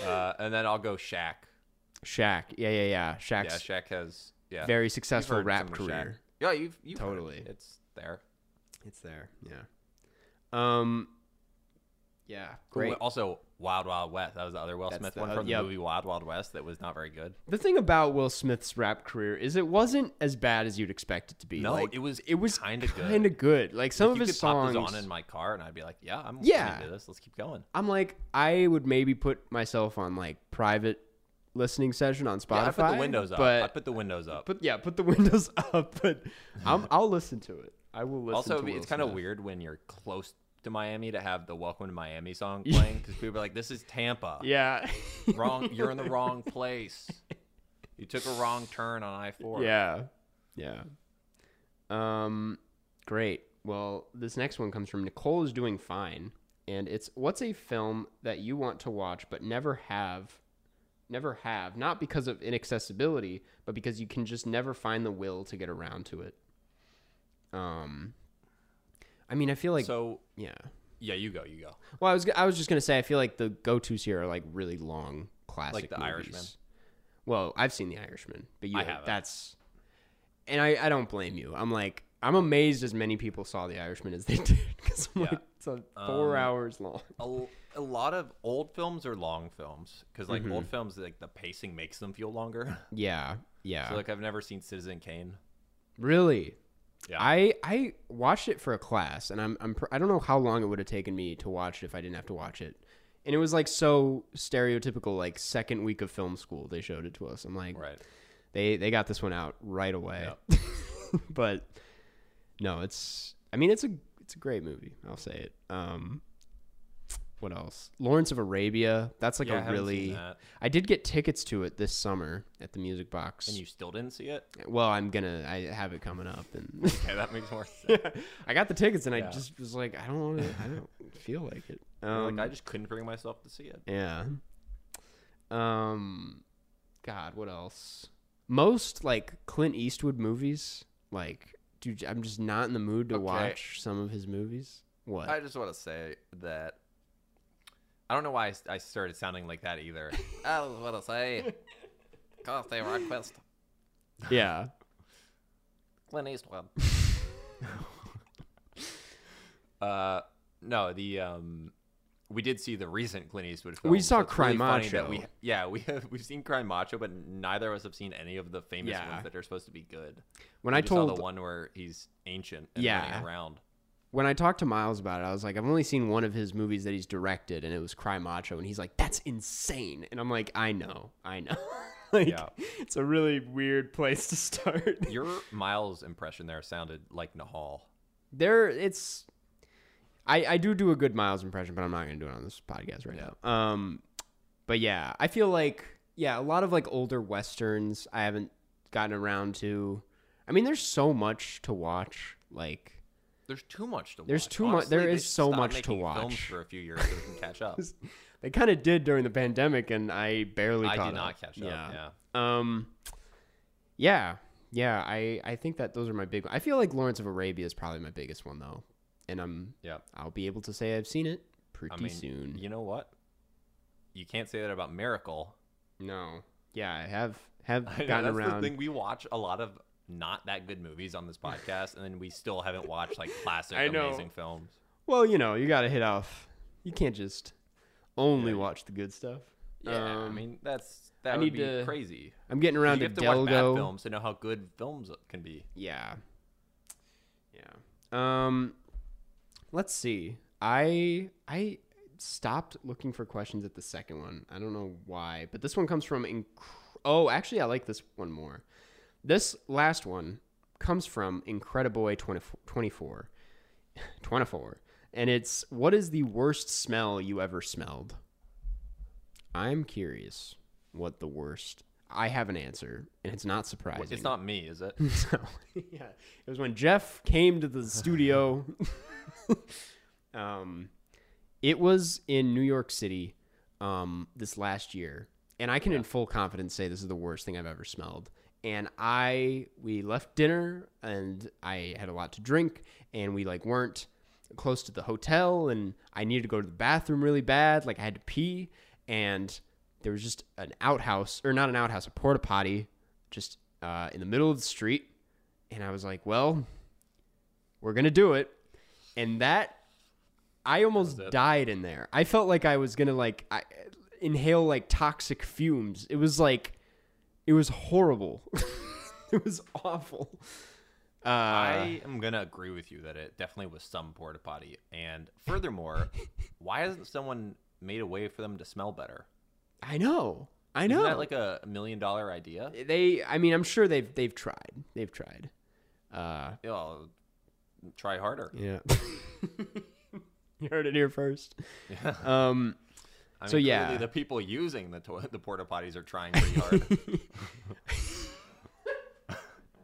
uh, and then I'll go Shaq. Shaq. Yeah, yeah, yeah. Shaq's Yeah, Shaq has yeah very you've successful heard rap some of Shaq. career. Yeah, you've, you've heard it. Totally. It's there. It's there. Yeah. Um. Yeah. Great. Ooh, Also, Wild Wild West. That was the other Will That's Smith the one other- from yep. the movie Wild Wild West that was not very good. The thing about Will Smith's rap career is it wasn't as bad as you'd expect it to be. No, like, it was it was kinda good. Kind of good. Like some if of you his could pop songs. this on in my car, and I'd be like, "Yeah, I'm Yeah. listening to this. Let's keep going." I'm like, I would maybe put myself on like private listening session on Spotify. Yeah, I put the windows up. But I put the windows up. put- yeah, put the windows up. But I'm, I'll listen to it. I will listen. Also, to Will it's kind of Smith. weird when you're close to Miami to have the Welcome to Miami song playing because people are like, "This is Tampa. Yeah. Wrong. You're in the wrong place. You took a wrong turn on I four. Yeah. Yeah. Um great. Well, this next one comes from Nicole is doing fine and it's what's a film that you want to watch but never have never have, not because of inaccessibility, but because you can just never find the will to get around to it. Um, I mean, I feel like so yeah. yeah, you go, you go. Well, I was I was just gonna say I feel like the go tos here are like really long classic The movies. Irishman. Well, I've seen The Irishman, but you I know, haven't. that's and I I don't blame you. I'm like I'm amazed as many people saw The Irishman as they did because I'm Yeah. like it's a four Um, hours long. A, l- a lot of old films are long films because Mm-hmm. like old films like the pacing makes them feel longer. Yeah, yeah. so like I've never seen Citizen Kane. Really? Yeah. I I watched it for a class, and I'm I'm pr- I don't know how long it would have taken me to watch it if I didn't have to watch it. And it was like so stereotypical, like second week of film school. They showed it to us. I'm like, Right. they they got this one out right away. but no, it's I mean it's a it's a great movie. I'll say it. Um, what else? Lawrence of Arabia. That's like Yeah, I a haven't seen really. that. I did get tickets to it this summer at the Music Box. And you still didn't see it? well, I'm gonna I have it coming up and. Okay, that makes more sense. I got the tickets and I Yeah. just was like, I don't want to. I don't feel like it. Um, like I just couldn't bring myself to see it. yeah. Um, God, what else? Most like Clint Eastwood movies, like, dude, I'm just not in the mood to Okay. watch some of his movies. What? I just want to say that I don't know why I, s- I started sounding like that either. I just want to say, cause they request yeah. Clint Eastwood. uh, no, the um, we did see the recent Clint Eastwood film. We saw it's really funny that Cry Macho. we, yeah, we have we've seen Cry Macho, but neither of us have seen any of the famous Yeah. ones that are supposed to be good. When We I just saw told the one where he's ancient and Yeah. running around. when I talked to Miles about it, I was like, I've only seen one of his movies that he's directed, and it was Cry Macho, and he's like, that's insane, and I'm like, I know, I know. like, Yeah. it's a really weird place to start. Your Miles impression there sounded like Nahal. there it's I, I do do a good Miles impression, but I'm not gonna do it on this podcast right now. Um, but yeah, I feel like yeah, a lot of like older westerns I haven't gotten around to. I mean, there's so much to watch. Like, There's too much to watch. There's too mu- Honestly, there they is should so stop much to making Films watch. for a few years so we can catch up. they kind of did during the pandemic, and I barely. I caught did not up. catch up. Yeah. Um, yeah, yeah. I I think that those are my big. I feel like Lawrence of Arabia is probably my biggest one though, and I'm Yeah. I'll be able to say I've seen it pretty I mean, soon. you know what? You can't say that about Miracle. No, yeah, I have have I know, gotten that's around. the thing. We watch a lot of not that good movies on this podcast, and then we still haven't watched like classic I know. amazing films. Well, you know, you gotta hit off. You can't just only watch the good stuff. Yeah, I Um, mean that's that I would need be to- crazy. I'm getting around You to have to watch bad Delgo. films to know how good films can be. Yeah, yeah. Um, let's see. I I stopped looking for questions at the second one. I don't know why, but this one comes from. Inc- oh, actually, I like this one more. This last one comes from Incrediboy 20, 24. 24. And it's what is the worst smell you ever smelled? I'm curious what the worst. I have an answer, and it's not surprising. It's not me, is it? So, yeah, it was when Jeff came to the studio. um, it was in New York City um, this last year, and I can in full confidence say this is the worst thing I've ever smelled. And I we left dinner, and I had a lot to drink, and we like weren't close to the hotel, and I needed to go to the bathroom really bad, like I had to pee, and there was just an outhouse or not an outhouse, a porta potty, just uh, in the middle of the street, and I was like, well, we're gonna do it, and that I almost That was it. died in there. I felt like I was gonna like I, inhale like toxic fumes. It was like it was horrible. it was awful. Uh, I am gonna agree with you that it definitely was some porta potty. And furthermore, why hasn't someone made a way for them to smell better? I know. I know. Isn't that like a million dollar idea? they i mean i'm sure they've they've tried they've tried uh Oh, try harder. yeah you heard it here first Yeah. um I mean, So, yeah. clearly the people using the to- the porta potties are trying pretty hard.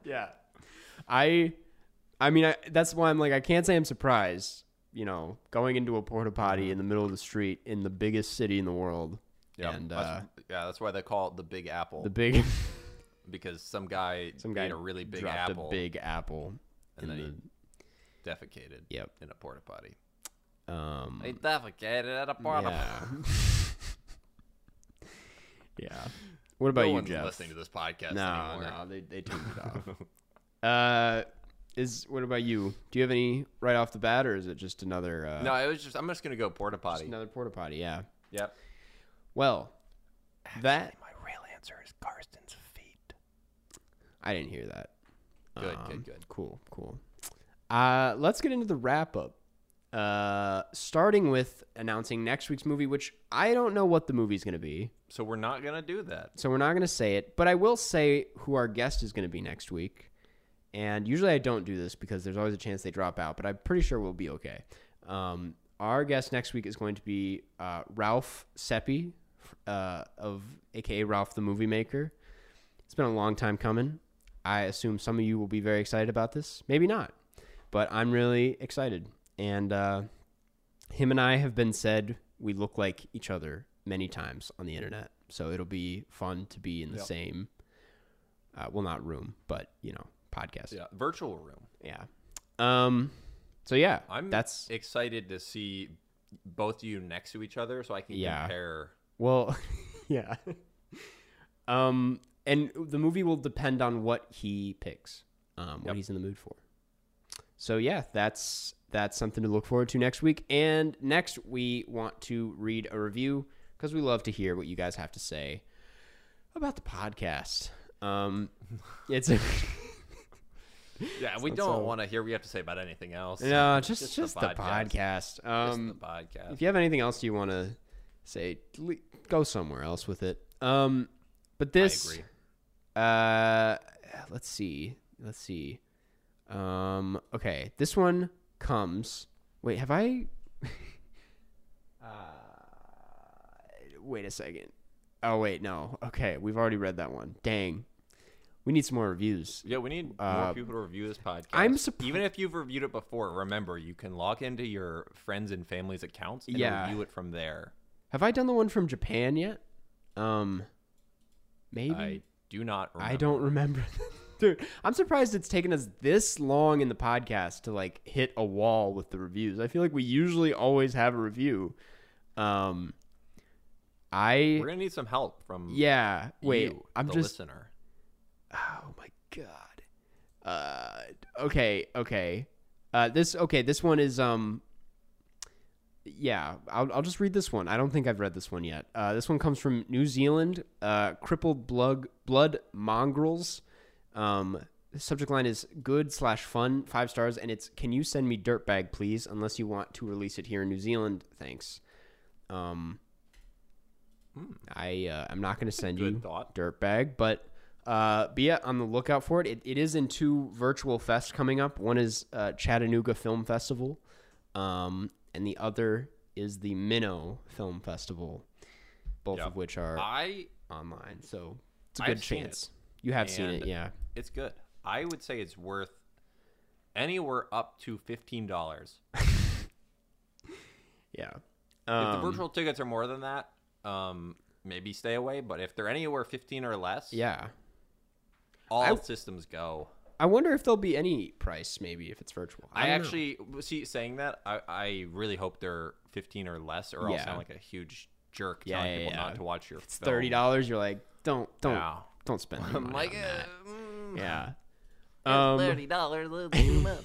yeah i i mean I, that's why i'm like i can't say i'm surprised you know going into a porta potty in the middle of the street in the biggest city in the world Mm-hmm. Yeah, and that's, uh, yeah, that's why they call it the Big Apple the big because some guy some made guy a really big dropped apple a big apple, and in then the, he defecated Yep. in a porta potty. um, He defecated at a porta potty. yeah. yeah. What about No you, one's Jeff? listening to this podcast no, anymore. no, they they turned it off. Uh, is what about you? Do you have any right off the bat, or is it just another uh, No, it was just I'm just gonna go porta just potty. another porta potty? Yeah. Yep. Well, that My real answer is Karsten's feet. I didn't hear that. Good, good, Um, good. Cool, cool. Uh, let's get into the wrap up. Uh, starting with announcing next week's movie, which I don't know what the movie's going to be, So we're not gonna do that. so we're not going to say it. But I will say who our guest is going to be next week. And usually I don't do this because there's always a chance they drop out, but I'm pretty sure we'll be okay. Um, our guest next week is going to be uh, Ralph Seppi, uh, of AKA Ralph the Movie Maker. It's been a long time coming. I assume some of you will be very excited about this. Maybe not, but I'm really excited. And uh, him and I have been said we look like each other many times on the internet. So it'll be fun to be in the Yep. same, uh, well, not room, but you know, podcast. Yeah. Virtual room. Yeah. Um. So yeah, I'm that's excited to see both of you next to each other so I can Yeah. compare well, yeah. Um, and the movie will depend on what he picks, um, what Yep. he's in the mood for. So yeah, that's that's something to look forward to next week. And next we want to read a review because we love to hear what you guys have to say about the podcast. Um, it's Yeah, we That's don't all. want to hear we have to say about anything else. no, just Just just, the the podcast. podcast. Um, Just the podcast. If you have anything else you want to say, le- go somewhere else with it. Um, but this, I agree. uh, let's see, let's see. Um, okay, this one comes. Wait, have I? uh, wait a second. Oh wait, no. Okay, we've already read that one. Dang, we need some more reviews. Yeah, we need more Uh, people to review this podcast. I'm surprised. Even if you've reviewed it before, remember you can log into your friends and family's accounts and Yeah. review it from there. Have I done the one from Japan yet? Um, maybe. I do not remember. I don't remember. Dude, I'm surprised it's taken us this long in the podcast to like hit a wall with the reviews. I feel like we usually always have a review. Um I We're gonna need some help from yeah, wait. you, I'm the just listener. Oh my god. Uh okay, okay. Uh this okay, this one is um yeah, I'll, I'll just read this one. I don't think I've read this one yet. Uh, this one comes from New Zealand, uh, crippled blood, blood mongrels. Um, the subject line is good slash fun, five stars, and it's can you send me dirtbag please? Unless you want to release it here in New Zealand, thanks. Um, I uh, I'm not gonna send Good you thought. dirtbag, but uh, be on the lookout for it. it. It is in two virtual fests coming up. One is uh, Chattanooga Film Festival, um, and the other is the Minnow Film Festival, both Yep. of which are I online. So it's a I've good seen it. chance. You have seen it, And- yeah. it's good. I would say it's worth anywhere up to fifteen dollars. Yeah. If the Um, virtual tickets are more than that, um, maybe stay away. But if they're anywhere fifteen or less, yeah. all I- systems go. I wonder if there'll be any price maybe if it's virtual. I, don't know. actually see saying that. I, I really hope they're fifteen or less, or I'll Yeah. sound like a huge jerk Yeah, telling yeah, people yeah. not to watch your. it's thirty dollars, you're like, don't don't Yeah. eh, don't spend the money on that. mm. Yeah. thirty dollars, too much.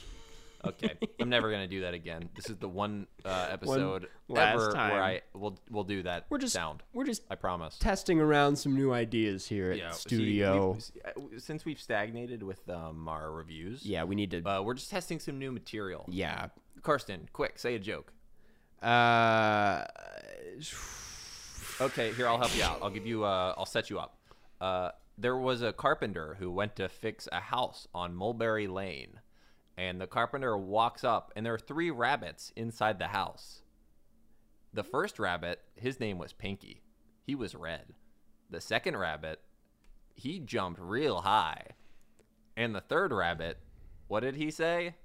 okay, I'm never gonna do that again. This is the one uh, episode last ever time. where I will will do that. We're just sound. We're just I promise. testing around some new ideas here at Yeah, see, studio. we've- see, uh, w- since we've stagnated with um, our reviews, yeah, we need to. uh, we're just testing some new material. yeah. Karsten, quick, say a joke. Uh, Okay, here I'll help you out. I'll give you. Uh, I'll set you up. Uh, there was a carpenter who went to fix a house on Mulberry Lane, and the carpenter walks up, and there are three rabbits inside the house. The first rabbit, his name was Pinky. He was red. The second rabbit, he jumped real high. And the third rabbit, what did he say?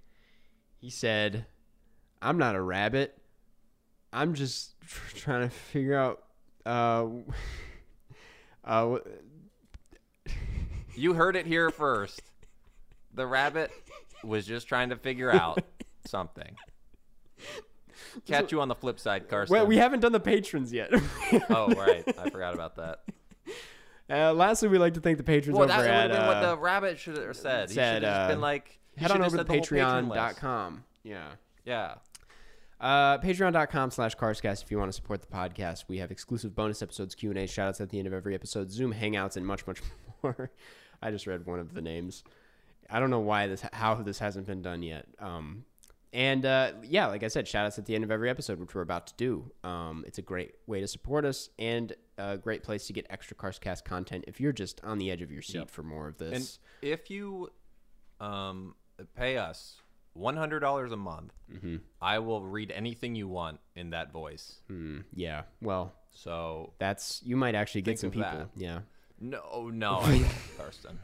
he said, "I'm not a rabbit. I'm just tr- trying to figure out Uh, uh, You heard it here first. The rabbit was just trying to figure out something. Catch you on the flip side, Carson. well, we haven't done the patrons yet. oh, right. I forgot about that. Uh, lastly, we'd like to thank the patrons over Well, that would at have been what uh, the rabbit should have said. He should said, have just uh, been like, he head should on have over to said the whole patron list. patreon.com. Yeah. Yeah. Uh, patreon.com slash carscast if you want to support the podcast we have exclusive bonus episodes q&a shoutouts at the end of every episode zoom hangouts and much much more i just read one of the names i don't know why this how this hasn't been done yet um, and uh, yeah like i said shoutouts at the end of every episode which we're about to do um, it's a great way to support us and a great place to get extra carscast content if you're just on the edge of your seat for more of this And if you um, pay us $100 a month, I will read anything you want in that voice. Mm-hmm. Hmm, yeah well So, that's you might actually get some Think of people yeah no, no, I can't, Carson.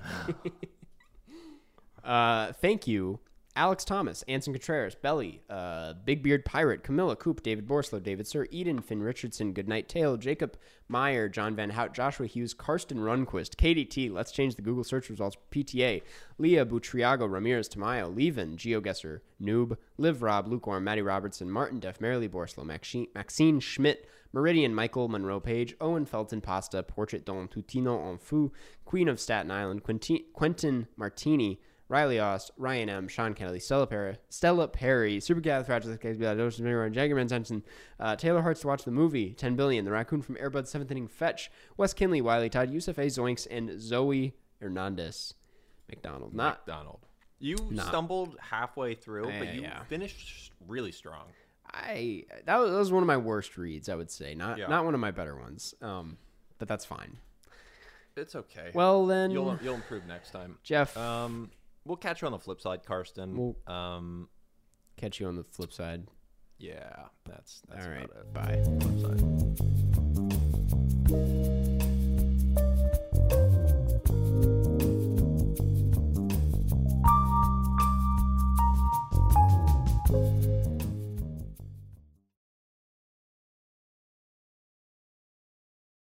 Uh, thank you, Alex Thomas, Anson Contreras, Belly, uh, Big Beard Pirate, Camilla Coop, David Borslow, David Sir, Eden, Finn Richardson, Goodnight Tail, Jacob Meyer, John Van Hout, Joshua Hughes, Karsten Runquist, KDT, Let's Change the Google Search Results, PTA, Leah Butriago, Ramirez Tamayo, Levin, GeoGuessr, Noob, Liv Rob, Lukewarm, Maddie Robertson, Martin Duff, Marilee Borslow, Maxine, Maxine Schmidt, Meridian Michael Monroe Page, Owen Felton Pasta, Portrait d'On Tutino en Fou, Queen of Staten Island, Quentin, Quentin Martini, Riley Ost, Ryan M, Sean Kennedy, Stella Perry, Stella Perry, Super Fragile, Jaggerman Simpson, uh, Taylor Hearts to Watch the Movie, 10 Billion, The Raccoon from Airbud, 7th Inning Fetch, Wes Kinley, Wiley Todd, Yusuf A. Zoinks, and Zoe Hernandez McDonald. Not, Donald. You stumbled halfway through, Yeah, but you yeah. finished really strong. I, that was, that was one of my worst reads, I would say. Not, Yeah. not one of my better ones. Um, but that's fine. It's okay. Well, then, you'll you'll improve next time. Jeff, Um, we'll catch you on the flip side, Karsten. Um, catch you on the flip side. yeah, that's that's All right. about Bye. it. Flip side.